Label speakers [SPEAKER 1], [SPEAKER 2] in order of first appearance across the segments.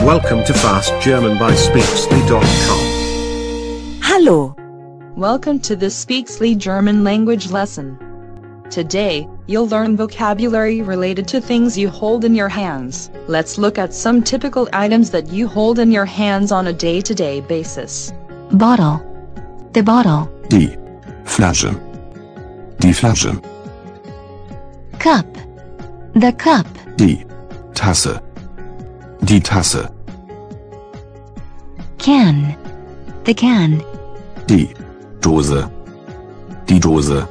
[SPEAKER 1] Welcome to Fast German by Speaksly.com.
[SPEAKER 2] Hallo,
[SPEAKER 3] Welcome to this Speaksly German language lesson. Today, you'll learn vocabulary related to things you hold in your hands. Let's look at some typical items that you hold in your hands on a day to day basis.
[SPEAKER 2] bottle. The bottle.
[SPEAKER 4] Die Flasche. Die Flasche.
[SPEAKER 2] Cup. The cup.
[SPEAKER 4] Die Tasse. Die Tasse.
[SPEAKER 2] Can. The can.
[SPEAKER 4] Die Dose. Die Dose.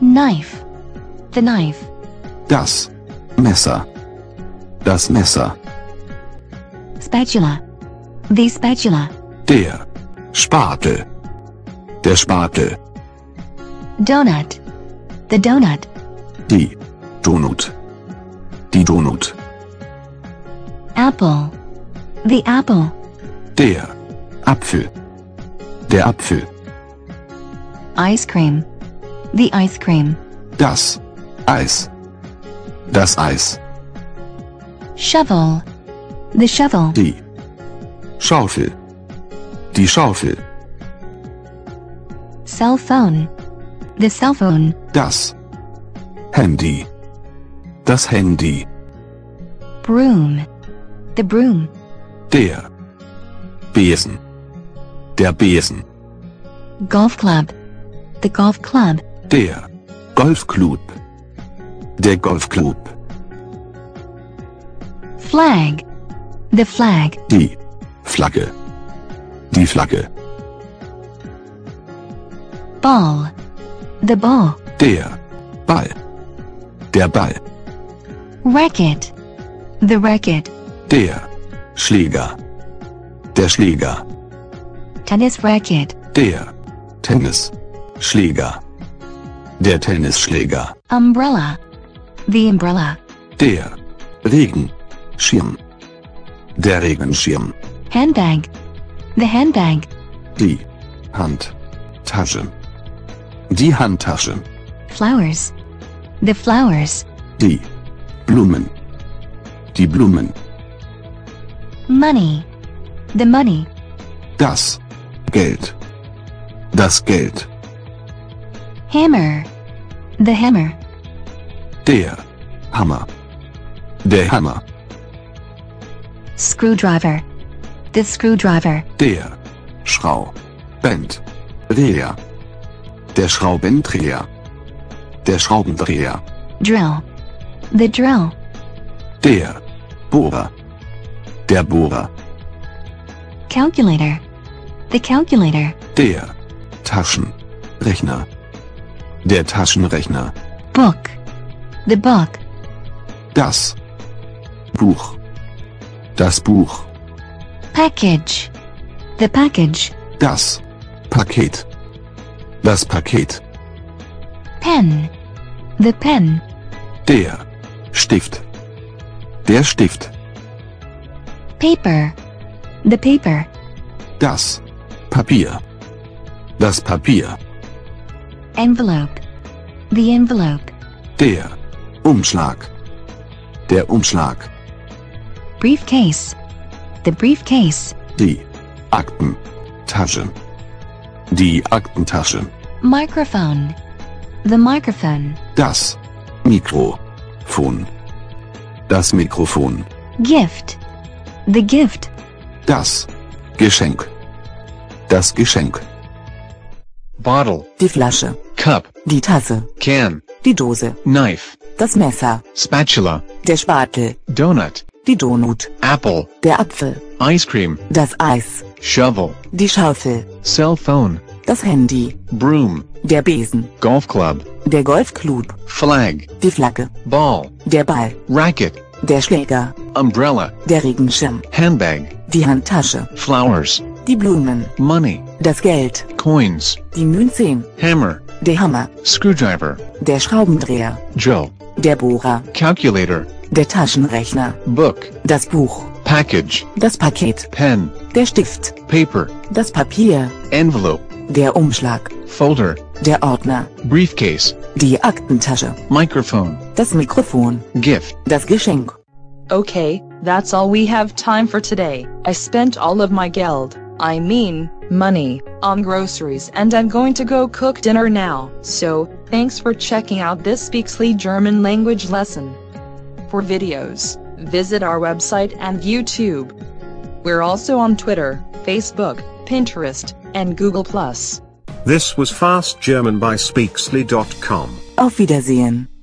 [SPEAKER 2] Knife. The knife.
[SPEAKER 4] Das Messer. Das Messer.
[SPEAKER 2] Spatula. The spatula.
[SPEAKER 4] Der Spatel. Der Spatel.
[SPEAKER 2] Donut. The donut.
[SPEAKER 4] Die Donut. Die Donut.
[SPEAKER 2] Apple. The apple.
[SPEAKER 4] Der Apfel. Der Apfel.
[SPEAKER 2] Ice cream. The ice cream.
[SPEAKER 4] Das Eis. Das Eis.
[SPEAKER 2] Shovel. The shovel.
[SPEAKER 4] Die Schaufel. Die Schaufel.
[SPEAKER 2] Cell phone. The cell phone.
[SPEAKER 4] Das Handy. Das Handy.
[SPEAKER 2] Broom. The broom.
[SPEAKER 4] Der Besen. Der Besen.
[SPEAKER 2] Golf club. The golf club.
[SPEAKER 4] Der Golfclub. Der Golfclub.
[SPEAKER 2] Flag. The flag.
[SPEAKER 4] Die Flagge. Die Flagge.
[SPEAKER 2] Ball. The ball.
[SPEAKER 4] Der Ball. Der Ball.
[SPEAKER 2] Racket. The racket.
[SPEAKER 4] Der Schläger. Der Schläger.
[SPEAKER 2] Tennis racket.
[SPEAKER 4] Der Tennisschläger. Der Tennisschläger.
[SPEAKER 2] Umbrella. The umbrella.
[SPEAKER 4] Der Regenschirm. Der Regenschirm.
[SPEAKER 2] Handbag. The handbag.
[SPEAKER 4] Die Handtasche. Die Handtasche.
[SPEAKER 2] Flowers. The flowers.
[SPEAKER 4] Die Blumen. Die Blumen.
[SPEAKER 2] Money. The money.
[SPEAKER 4] Das Geld. Das Geld.
[SPEAKER 2] Hammer. The hammer.
[SPEAKER 4] Der Hammer. Der Hammer.
[SPEAKER 2] Screwdriver. The screwdriver.
[SPEAKER 4] Der Schraubendreher. Der Schraubendreher. Der Schraubendreher.
[SPEAKER 2] Drill. The drill.
[SPEAKER 4] Der Bohrer. Der Bohrer.
[SPEAKER 2] Calculator. The calculator.
[SPEAKER 4] Der Taschenrechner. Der Taschenrechner.
[SPEAKER 2] Book. The book.
[SPEAKER 4] Das Buch. Das Buch.
[SPEAKER 2] Package. The package.
[SPEAKER 4] Das Paket. Das Paket.
[SPEAKER 2] Pen. The pen.
[SPEAKER 4] Der Stift. Der Stift.
[SPEAKER 2] Paper. The paper.
[SPEAKER 4] Das Papier. Das Papier.
[SPEAKER 2] Envelope. The envelope.
[SPEAKER 4] Der Umschlag. Der Umschlag.
[SPEAKER 2] Briefcase. The briefcase.
[SPEAKER 4] Die Aktentasche. Die Aktentasche.
[SPEAKER 2] Microphone. The microphone.
[SPEAKER 4] Das Mikrofon. Das Mikrofon.
[SPEAKER 2] Gift. The gift.
[SPEAKER 4] Das Geschenk. Das Geschenk.
[SPEAKER 5] bottle,
[SPEAKER 6] die Flasche,
[SPEAKER 5] cup,
[SPEAKER 6] die Tasse,
[SPEAKER 5] can,
[SPEAKER 6] die Dose,
[SPEAKER 5] knife,
[SPEAKER 6] das Messer,
[SPEAKER 5] spatula,
[SPEAKER 6] der Spatel,
[SPEAKER 5] donut,
[SPEAKER 6] die Donut,
[SPEAKER 5] apple,
[SPEAKER 6] der Apfel,
[SPEAKER 5] ice cream,
[SPEAKER 6] das Eis,
[SPEAKER 5] shovel,
[SPEAKER 6] die Schaufel,
[SPEAKER 5] cell phone,
[SPEAKER 6] das Handy,
[SPEAKER 5] broom,
[SPEAKER 6] der Besen,
[SPEAKER 5] golf club,
[SPEAKER 6] der Golfclub,
[SPEAKER 5] flag,
[SPEAKER 6] die Flagge,
[SPEAKER 5] ball,
[SPEAKER 6] der Ball,
[SPEAKER 5] racket,
[SPEAKER 6] der Schläger,
[SPEAKER 5] umbrella,
[SPEAKER 6] der Regenschirm,
[SPEAKER 5] handbag,
[SPEAKER 6] die Handtasche,
[SPEAKER 5] flowers,
[SPEAKER 6] die Blumen,
[SPEAKER 5] money,
[SPEAKER 6] das Geld,
[SPEAKER 5] coins,
[SPEAKER 6] die Münzen,
[SPEAKER 5] hammer,
[SPEAKER 6] der Hammer,
[SPEAKER 5] screwdriver,
[SPEAKER 6] der Schraubendreher,
[SPEAKER 5] drill,
[SPEAKER 6] der Bohrer,
[SPEAKER 5] calculator,
[SPEAKER 6] der Taschenrechner,
[SPEAKER 5] book,
[SPEAKER 6] das Buch,
[SPEAKER 5] package,
[SPEAKER 6] das Paket,
[SPEAKER 5] pen,
[SPEAKER 6] der Stift,
[SPEAKER 5] paper,
[SPEAKER 6] das Papier,
[SPEAKER 5] envelope,
[SPEAKER 6] der Umschlag,
[SPEAKER 5] folder,
[SPEAKER 6] der Ordner,
[SPEAKER 5] briefcase,
[SPEAKER 6] die Aktentasche.
[SPEAKER 5] microphone,
[SPEAKER 6] Das Mikrofon,
[SPEAKER 5] gift.
[SPEAKER 6] das Geschenk.
[SPEAKER 3] Okay, That's all we have time for today. I spent all of my geld, I mean, money, on groceries and I'm going to go cook dinner now. So, thanks for checking out this Speaksly German language lesson. For videos, visit our website and YouTube. We're also on Twitter, Facebook, Pinterest, and Google+.
[SPEAKER 1] This was Fast German by Speaksly.com.
[SPEAKER 6] Auf Wiedersehen.